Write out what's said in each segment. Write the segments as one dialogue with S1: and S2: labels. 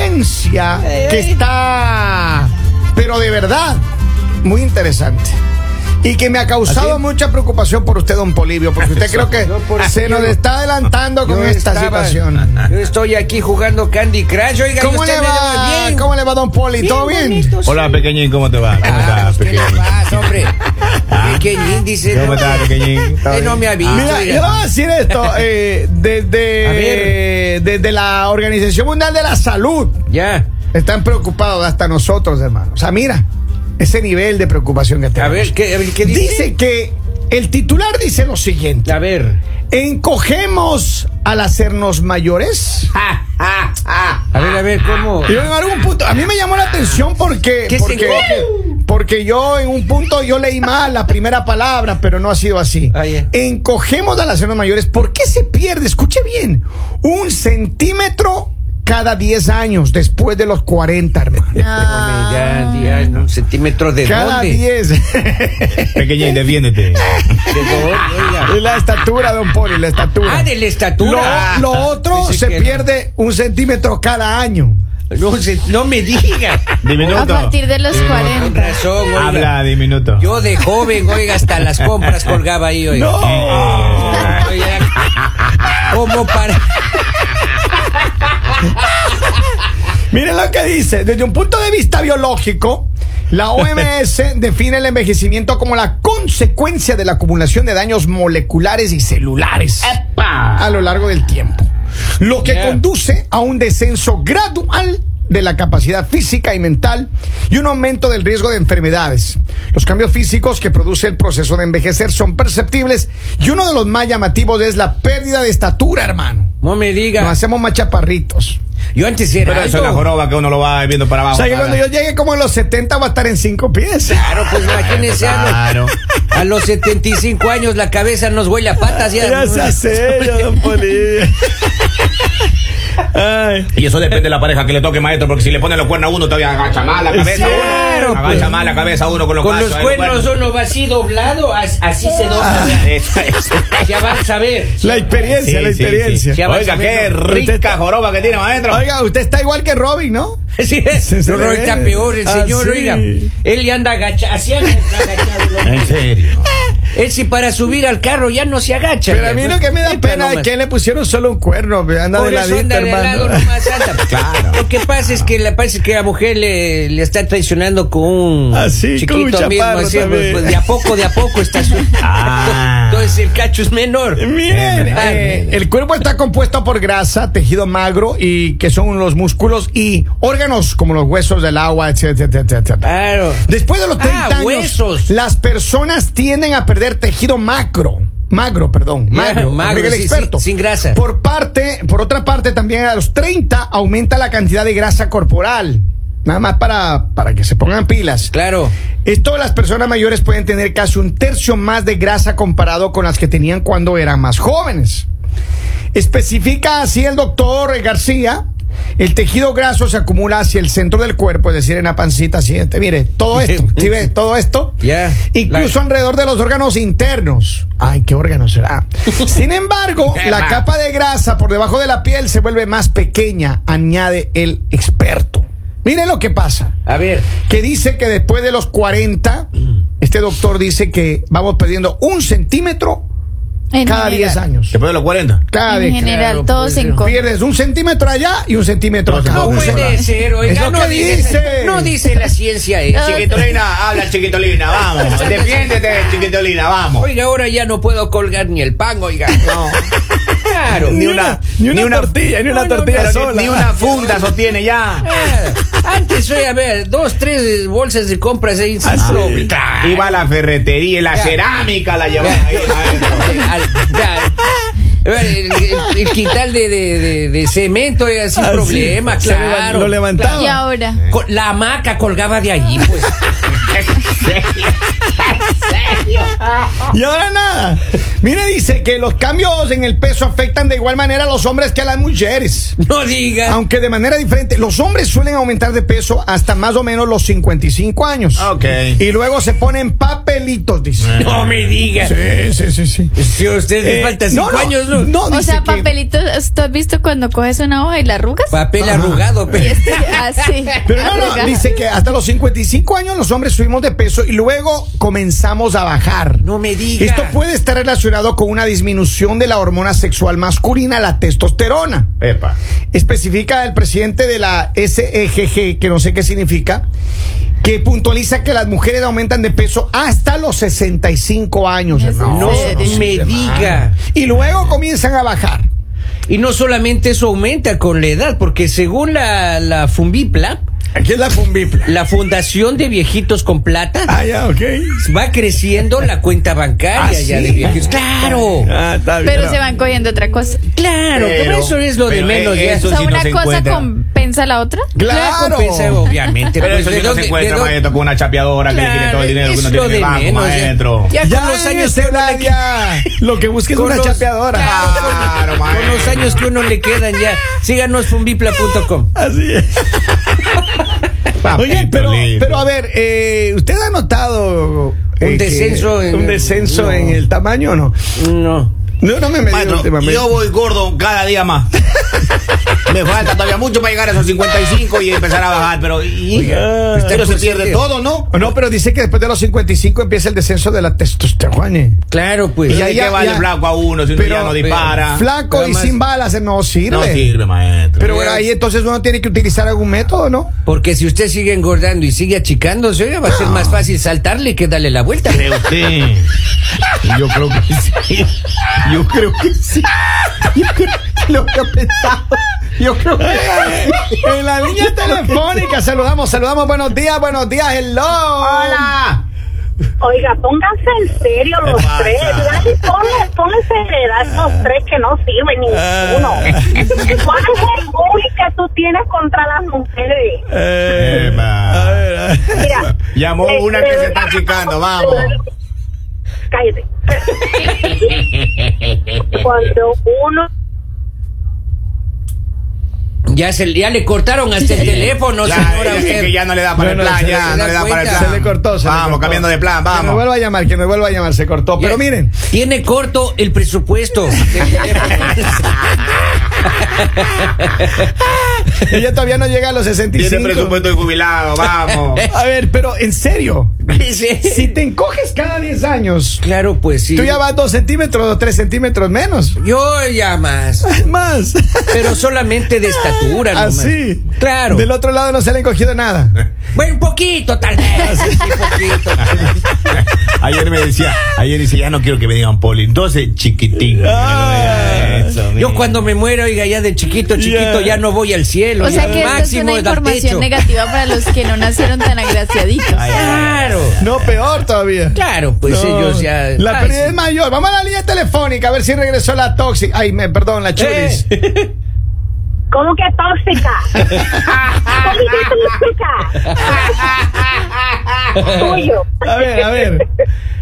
S1: noticia que está, pero de verdad, muy interesante. Y que me ha causado mucha preocupación por usted, don Polivio, porque usted creo que
S2: Yo por-
S1: se nos
S2: yo-
S1: está adelantando con
S2: Yo
S1: esta
S2: estaba-
S1: situación.
S2: Yo estoy aquí jugando Candy Crush. Oiga, y
S1: ¿Cómo
S2: usted
S1: le
S2: me llama
S1: va?
S2: bien.
S1: ¿Cómo le va, don Poli? ¿Todo bien?
S2: bonito, sí.
S3: Hola, pequeñín, ¿cómo te va? ¿Cómo
S2: Ah,
S3: estás,
S2: ¿Qué le
S3: pequeñín?
S2: pasa, hombre? Pequeñín, dice.
S3: Ah.
S2: no,
S3: ¿Cómo estás, pequeñín?
S2: usted no me ha visto.
S1: Mira,
S2: oiga.
S1: yo voy a decir esto, eh,
S2: A ver.
S1: desde, desde la Organización Mundial de la Salud
S2: Ya.
S1: están preocupados hasta nosotros, hermano. O sea, mira, ese nivel de preocupación que
S2: A
S1: tenemos.
S2: ver, ¿qué, a ver, ¿qué dice?
S1: Dice que el titular dice lo siguiente.
S2: A ver.
S1: Encogemos al hacernos mayores.
S2: A ver, a ver, ¿cómo?
S1: Yo en algún punto, a mí me llamó la atención porque
S2: ¿Qué se
S1: porque,
S2: encoge?
S1: porque yo en un punto yo leí mal la primera palabra, pero no ha sido así.
S2: Ah, ya.
S1: Encogemos a las personas mayores. ¿Por qué se pierde? Escuche bien, un centímetro cada 10 años después de los 40, hermano.
S2: Ya, ya, un centímetro de
S1: Cada
S2: dónde.
S1: 10.
S3: Ah, Pequeñín, defiéndete.
S2: De dónde, oiga.
S1: Es la estatura, don Poli, la estatura.
S2: Ah, de la estatura.
S1: Lo, lo otro
S2: Pensé
S1: se
S2: que no.
S1: pierde un centímetro cada año.
S2: No, se- no me digas.
S3: Diminuto.
S4: A partir de los
S3: Diminuto.
S4: 40.
S2: Con razón, oiga.
S3: Habla, diminuto.
S2: Yo de joven, oiga, hasta las compras colgaba ahí, oiga.
S3: Oh.
S2: Oiga, Como para.
S1: Miren lo que dice. Desde un punto de vista biológico, la OMS define el envejecimiento como la consecuencia de la acumulación de daños moleculares y celulares a lo largo del tiempo, lo que
S2: Yeah.
S1: conduce a un descenso gradual de la capacidad física y mental y un aumento del riesgo de enfermedades. Los cambios físicos que produce el proceso de envejecer son perceptibles y uno de los más llamativos es la pérdida de estatura, hermano.
S2: No me
S1: Nos
S2: digas.
S1: hacemos más chaparritos.
S2: Yo antes era.
S3: Pero eso es
S2: alto.
S3: la joroba que uno lo va viendo para
S1: O
S3: abajo.
S1: sea que cuando yo llegue como a los 70 va a estar en 5 pies.
S2: Claro, pues imagínense a
S3: Claro.
S2: los, a los 75 años la cabeza nos huele a patas. Ya,
S1: serio, don Poli. Ay.
S3: Y eso depende de la pareja que le toque, maestro, porque si le ponen los cuernos a uno, todavía agacha más la cabeza
S1: Claro,
S3: uno. Agacha
S1: pues.
S3: más la cabeza uno con los
S2: Con los
S3: cachos, ahí,
S2: cuernos uno va así doblado, as- así se dobla.
S3: Eso, eso.
S2: Ya vas a ver.
S1: La experiencia, la
S3: Sí, sí,
S1: experiencia.
S3: sí.
S2: Ya
S3: Oiga,
S2: más o
S3: qué
S2: menos.
S3: rica joroba que tiene, maestro.
S1: Oiga, usted está igual que Robin, ¿no?
S2: Así es.
S1: Se- se
S2: No, no,
S1: le
S2: está
S1: ve.
S2: peor el
S1: Ah,
S2: señor,
S1: sí.
S2: oiga. Él ya anda agachado, así anda agachado.
S3: En serio.
S2: Él si para subir al carro ya no se agacha.
S1: Pero a mí lo que me da
S2: Ay,
S1: pena es
S2: paloma.
S1: que le pusieron solo un cuerno. ve, Anda de
S2: Por eso
S1: ladito,
S2: anda de
S1: hermano.
S2: lado nomás, anda.
S3: Claro.
S2: Lo que pasa es que la, parece que la mujer le, le está traicionando con un
S1: Así,
S2: chiquito
S1: Ah, con un chaparro
S2: mismo, así,
S1: también.
S2: pues, de a poco, de a poco está su...
S3: Ah.
S2: Entonces el cacho es menor.
S1: Miren,
S2: Ah,
S1: eh, el cuerpo está compuesto por grasa, tejido magro y que son los músculos y órganos como los huesos del agua, etcétera, etcétera, etcétera.
S2: Claro.
S1: Después de los
S2: Ah,
S1: 30 años,
S2: huesos.
S1: las personas tienden a perder tejido macro. Magro, perdón.
S2: Ya,
S1: Magro,
S2: magro,
S1: agrega el
S2: sí,
S1: experto.
S2: sí, sin grasa.
S1: Por parte, por otra parte, también a los 30 aumenta la cantidad de grasa corporal. Nada más para, para que se pongan pilas.
S2: Claro.
S1: Esto las personas mayores pueden tener casi un tercio más de grasa comparado con las que tenían cuando eran más jóvenes. Especifica así el doctor García. El tejido graso se acumula hacia el centro del cuerpo, es decir, en la pancita. Así, este, mire, todo esto, ¿sí ve? Todo esto.
S2: Ya.
S1: Incluso alrededor de los órganos internos. Ay, ¿qué órgano será? Sin embargo, la capa de grasa por debajo de la piel se vuelve más pequeña, añade el experto. Mire lo que pasa
S2: A ver.
S1: que dice que después de los 40, este doctor dice que vamos perdiendo un centímetro
S4: En
S1: cada
S4: general.
S1: 10 años.
S3: Después de los 40.
S1: Cada
S4: En
S1: década.
S4: general,
S2: Claro,
S4: todos
S2: pues,
S4: se encogen.
S1: Pierdes un centímetro allá y un centímetro acá.
S2: No
S3: Aún se
S2: puede
S3: va.
S2: ser, oiga.
S1: Es lo
S2: no,
S1: que dice.
S2: no dice la ciencia. eh.
S3: Chiquitolina, habla chiquitolina, vamos. Defiéndete, chiquitolina, vamos.
S2: Oiga, ahora ya no puedo colgar ni el pan, oiga. No. Claro.
S3: Ni una,
S1: ni una tortilla, ni una tortilla
S3: pero
S1: sola.
S3: Ni una funda sostiene ya.
S2: Ah, Antes, oye, a ver, dos, tres bolsas de compras ahí.
S1: Ah,
S2: sin problema.
S3: Iba a la ferretería y la
S2: Ya.
S3: cerámica la llevaban ahí. maestro.
S2: Al- ya. A ver, el, el- el quintal de, de- de- de cemento oiga, sin problema,
S1: Ah, Se leva-
S2: claro.
S1: Lo levantaba.
S4: Y ahora.
S2: Co- La hamaca colgaba de allí, pues.
S1: Y ahora nada. Mire, dice que los cambios en el peso afectan de igual manera a los hombres que a las mujeres.
S2: No digas.
S1: Aunque de manera diferente, los hombres suelen aumentar de peso hasta más o menos los 55 años.
S3: Ok. Ah.
S1: Y luego se ponen papelitos, dice.
S2: No me digas.
S1: Sí, sí, sí, sí.
S2: Si a usted le
S1: Eh,
S2: faltan cinco
S1: no, no,
S2: años, ¿no?
S1: no,
S4: O
S1: dice
S4: sea,
S1: que-
S4: papelitos, ¿tú has visto cuando coges una hoja y la arrugas?
S2: Papel arrugado,
S4: Y
S2: pero.
S4: este- así.
S1: Pero no, no,
S4: arrugas.
S1: dice que hasta los 55 años los hombres subimos de peso y luego comenzamos a bajar.
S2: No me digas.
S1: Esto puede estar relacionado con una disminución de la hormona sexual masculina, la testosterona.
S3: Epa.
S1: Especifica el presidente de la SEGG, que no sé qué significa, que puntualiza que las mujeres aumentan de peso hasta los 65 años. hermano.
S2: No
S4: Sí,
S2: me diga.
S1: Y luego comienzan a bajar.
S2: Y no solamente eso aumenta con la edad, porque según la, la Fumbipla,
S1: Aquí es la fumbipla.
S2: la Fundación de Viejitos con Plata,
S1: Ah, ya, ok.
S2: va creciendo la cuenta bancaria
S1: Ah,
S2: ya
S1: sí.
S2: de viejitos. ¡Claro!
S1: Ah, está bien.
S4: Pero se van cogiendo otra cosa.
S2: ¡Claro! Pero,
S3: Pero-
S2: eso es lo de
S3: pero, eh,
S2: menos. ya.
S4: O
S3: eso-
S4: sea,
S3: sí no
S4: una
S3: se
S4: cosa
S3: encuentra.
S4: compensa la otra.
S2: La
S1: Claro.
S2: compensa, obviamente.
S3: Pero
S2: pues,
S3: eso
S2: ¿de
S3: sí no
S2: dónde-
S3: se
S2: de
S3: encuentra,
S2: dónde-
S3: maestro, con una chapeadora que le tiene
S2: Claro,
S3: todo el dinero que
S2: es
S3: uno
S2: lo
S3: tiene en el
S2: de
S3: banco,
S2: menos, ya.
S3: maestro.
S2: Ya
S1: Ya,
S2: con los años
S1: se
S2: que uno le
S1: ya. Lo que busca es
S2: Con
S1: una
S2: los-
S1: chapeadora.
S2: Claro,
S3: Claro,
S2: Con los
S3: maestro.
S2: años que uno le quedan ya. Síganos fumbipla.com.
S1: Así es. Oye,
S3: Papito
S1: pero,
S3: lindo.
S1: pero a ver, eh, ¿usted ha notado eh, que-
S2: Un descenso en
S1: un
S2: el-
S1: descenso
S2: no.
S1: en el tamaño o no?
S2: No.
S1: No, no me he medido
S3: Maestro,
S1: últimamente.
S3: yo voy gordo cada día más. Me falta todavía mucho para llegar a esos 55 y empezar a bajar, pero. y-
S2: Oiga, está
S3: pero se
S2: por
S3: pierde
S2: serio.
S3: todo, ¿no?
S1: No, pero dice que después de los 55 empieza el descenso de la testosterona.
S2: Claro, pues.
S1: Y
S3: ¿De
S1: ahí-
S3: qué
S1: ya-
S3: vale
S1: ya-
S3: flaco a uno si uno
S1: pero-
S3: ya no
S1: pero-
S3: dispara?
S1: Flaco
S2: Ah, Pero
S1: y
S2: más-
S1: sin balas eh, no sirve.
S3: no sirve, maestro.
S1: Pero bueno, ahí entonces uno tiene que utilizar algún método, ¿no?
S2: Porque si usted sigue engordando y sigue achicándose, oiga, va a ser más fácil saltarle que darle la vuelta.
S3: ¿Cree usted? Yo creo que sí. Yo creo que sí.
S1: Lo que ha pensado. Yo creo que en la línea telefónica saludamos, saludamos. Buenos días, buenos días, hello. Ah.
S3: ¡Hola!
S5: Oiga, pónganse en serio
S3: ¿Qué
S5: los
S3: pasa?
S5: tres. Dani, ponle- Pónganse en edad
S3: Ah.
S5: los tres que no sirven ninguno. ¿Cuál es el bullying que tú tienes contra las mujeres?
S3: Epa.
S5: Mira,
S3: Llamó
S5: este,
S3: una que se está achicando, vamos.
S5: Cállate. Cuando uno
S2: Ya, se, ya le cortaron hasta el teléfono,
S3: Ya,
S2: señora.
S3: ya, es
S2: usted.
S3: que ya no le da para
S1: Bueno,
S3: el plan,
S1: se-
S3: ya
S2: se
S3: no
S2: da
S3: le da para el
S2: cuenta.
S3: plan.
S1: Se le cortó, se le
S3: Vamos,
S1: cortó.
S3: cambiando de plan,
S1: Que me vuelva
S3: vamos.
S1: a llamar, que me vuelva a llamar, se cortó. Pero
S2: Ya-
S1: miren,
S2: Tiene corto el presupuesto. del teléfono.
S1: ella todavía no llega a los 65.
S3: Tiene presupuesto de jubilado, vamos.
S1: A ver, pero en serio,
S2: Sí.
S1: si te encoges cada 10 años,
S2: Claro, pues sí.
S1: tú ya vas 2 centímetros o 3 centímetros menos.
S2: Yo ya más.
S1: Más.
S2: Pero solamente de estatura,
S1: Ah,
S2: nomás.
S1: Así.
S2: Claro.
S1: Del otro lado no se le ha encogido nada.
S2: Bueno, un poquito, tal
S1: Ah,
S2: vez. sí, poquito.
S3: Ayer me decía, ayer dice, ya no quiero que me digan poli. Entonces, chiquitín.
S2: Yo cuando me muero, oiga, ya de chiquito, chiquito, ya no voy al cielo.
S4: O
S2: ya
S4: sea que esto es
S2: máximo
S4: una
S2: es al techo.
S4: información negativa para los que no nacieron tan agraciaditos.
S2: Claro.
S1: No, peor todavía.
S2: Claro, pues
S1: No,
S2: ellos ya.
S1: La
S2: Ay,
S1: pérdida es
S2: sí.
S1: mayor. Vamos a la línea telefónica a ver si regresó la tóxica. Ay, me, perdón, la chulis.
S5: ¿Cómo que tóxica? ¿Cómo que tóxica? Tuyo.
S1: A ver, a ver.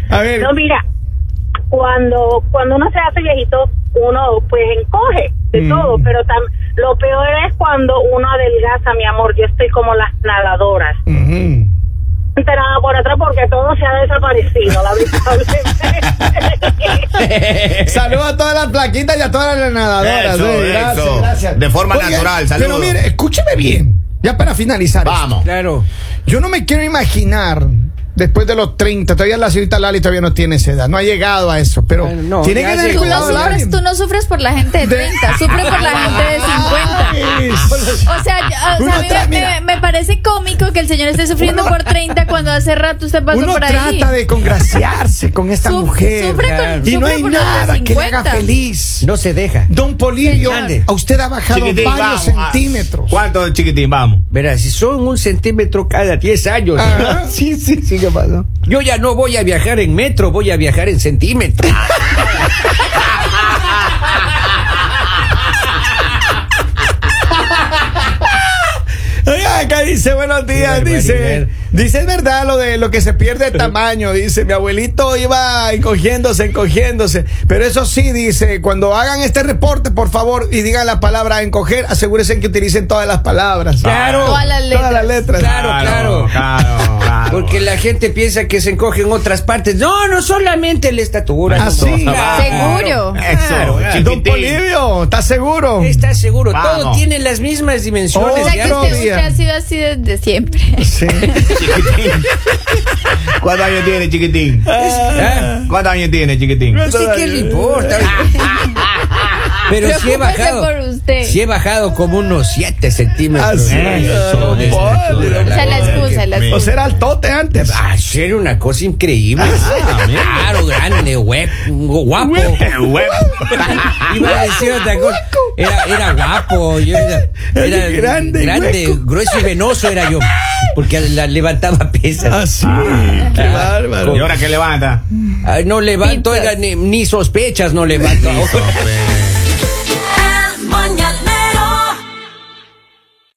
S1: A ver.
S5: No, mira, cuando cuando uno se hace viejito, uno pues encoge de
S1: Mm.
S5: todo, pero tam- lo peor es cuando uno adelgaza, mi amor. Yo estoy como las nadadoras.
S1: Mm. Ujú.
S5: Enterada por atrás porque todo se ha desaparecido, lamentablemente.
S1: Saludos a todas las plaquitas y a todas las nadadoras.
S3: Eso,
S1: eh. Gracias,
S3: eso.
S1: gracias.
S3: De forma natural,
S1: Pero
S3: saludos.
S1: mire, escúcheme bien. Ya para finalizar. esto.
S3: Vamos.
S2: Claro.
S1: Yo no me quiero imaginar después de los 30. Todavía la señorita Lali todavía no tiene esa edad. No ha llegado a eso. Pero
S2: Bueno, no,
S1: tiene
S2: ya
S1: que tener
S4: Tú no,
S1: cuidado, Lali.
S4: sufres, tú no sufres por la gente de 30, sufres por la gente de 50. O sea, yo- o
S1: Uno
S4: sea, a mí
S1: tra-
S4: me-
S1: mira.
S4: me, me parece cómico que el señor esté sufriendo por 30 cuando hace rato usted pasó
S1: Uno
S4: por ahí.
S1: trata de congraciarse con esta
S4: Suf-
S1: mujer.
S4: sufre con-
S1: y
S4: sufre
S1: no hay
S4: por los de
S1: nada que le haga
S4: 50.
S1: feliz.
S2: No se deja.
S1: Don Polivio,
S2: Señor.
S1: a usted ha bajado
S3: Chiquitín,
S1: varios
S3: vamos.
S1: centímetros.
S3: ¿Cuánto, chiquitín? Vamos.
S2: Verás, si son un centímetro cada 10 años,
S1: Ah, sí, sí, sí, ¿qué pasó?
S2: yo ya no voy a viajar en metro, voy a viajar en centímetro.
S1: Ah. Oiga, Blanca dice, buenos días, dice, dice, es verdad lo de lo que se pierde de tamaño, dice, mi abuelito iba encogiéndose, encogiéndose, pero eso sí, dice, cuando hagan este reporte, por favor, y digan la palabra encoger, asegúrense que utilicen todas las palabras.
S2: Claro.
S4: Todas las
S1: Todas las letras.
S2: Claro, claro.
S3: Claro, claro.
S2: Porque la gente piensa que se encoge en otras partes. No, no solamente la estatura.
S1: Ah, sí.
S4: Seguro.
S3: Eso,
S1: Don
S2: ¿eh?
S3: chiquitín.
S1: Polivio, ¿estás seguro?
S2: Está seguro.
S3: Vamos.
S2: Todo tiene las mismas dimensiones.
S4: O sea que
S2: ¿ya?
S1: Otro
S4: usted, usted
S1: día.
S4: ha sido así desde siempre.
S1: Sí.
S3: Chiquitín. ¿Cuántos años tiene, chiquitín?
S2: ¿Ah?
S3: ¿Cuántos años tiene, chiquitín?
S2: No sé qué le importa. Pero sí he
S4: Preocúpese
S2: bajado.
S4: por usted.
S2: Sí he bajado como unos 7 centímetros.
S1: Ah, sí.
S2: Eso, de
S1: Pobre.
S2: estatura,
S4: O sea, la
S2: verdad
S4: excusa,
S2: que
S4: la
S2: me-
S1: O sea, era altote antes.
S2: Hacer una cosa increíble. claro, grande, güey, guapo. Iba a decir otra cosa. Era, era guapo. Yo era, era
S1: Ay, grande,
S2: grande,
S1: hueco.
S2: grueso y venoso era yo. Porque la levantaba pesas.
S1: Así. Qué bárbaro.
S3: ¿Y ahora qué levanta?
S2: Ay, no levanto,
S4: Pizzas.
S2: oiga, ni, ni sospechas no levanto. ahora.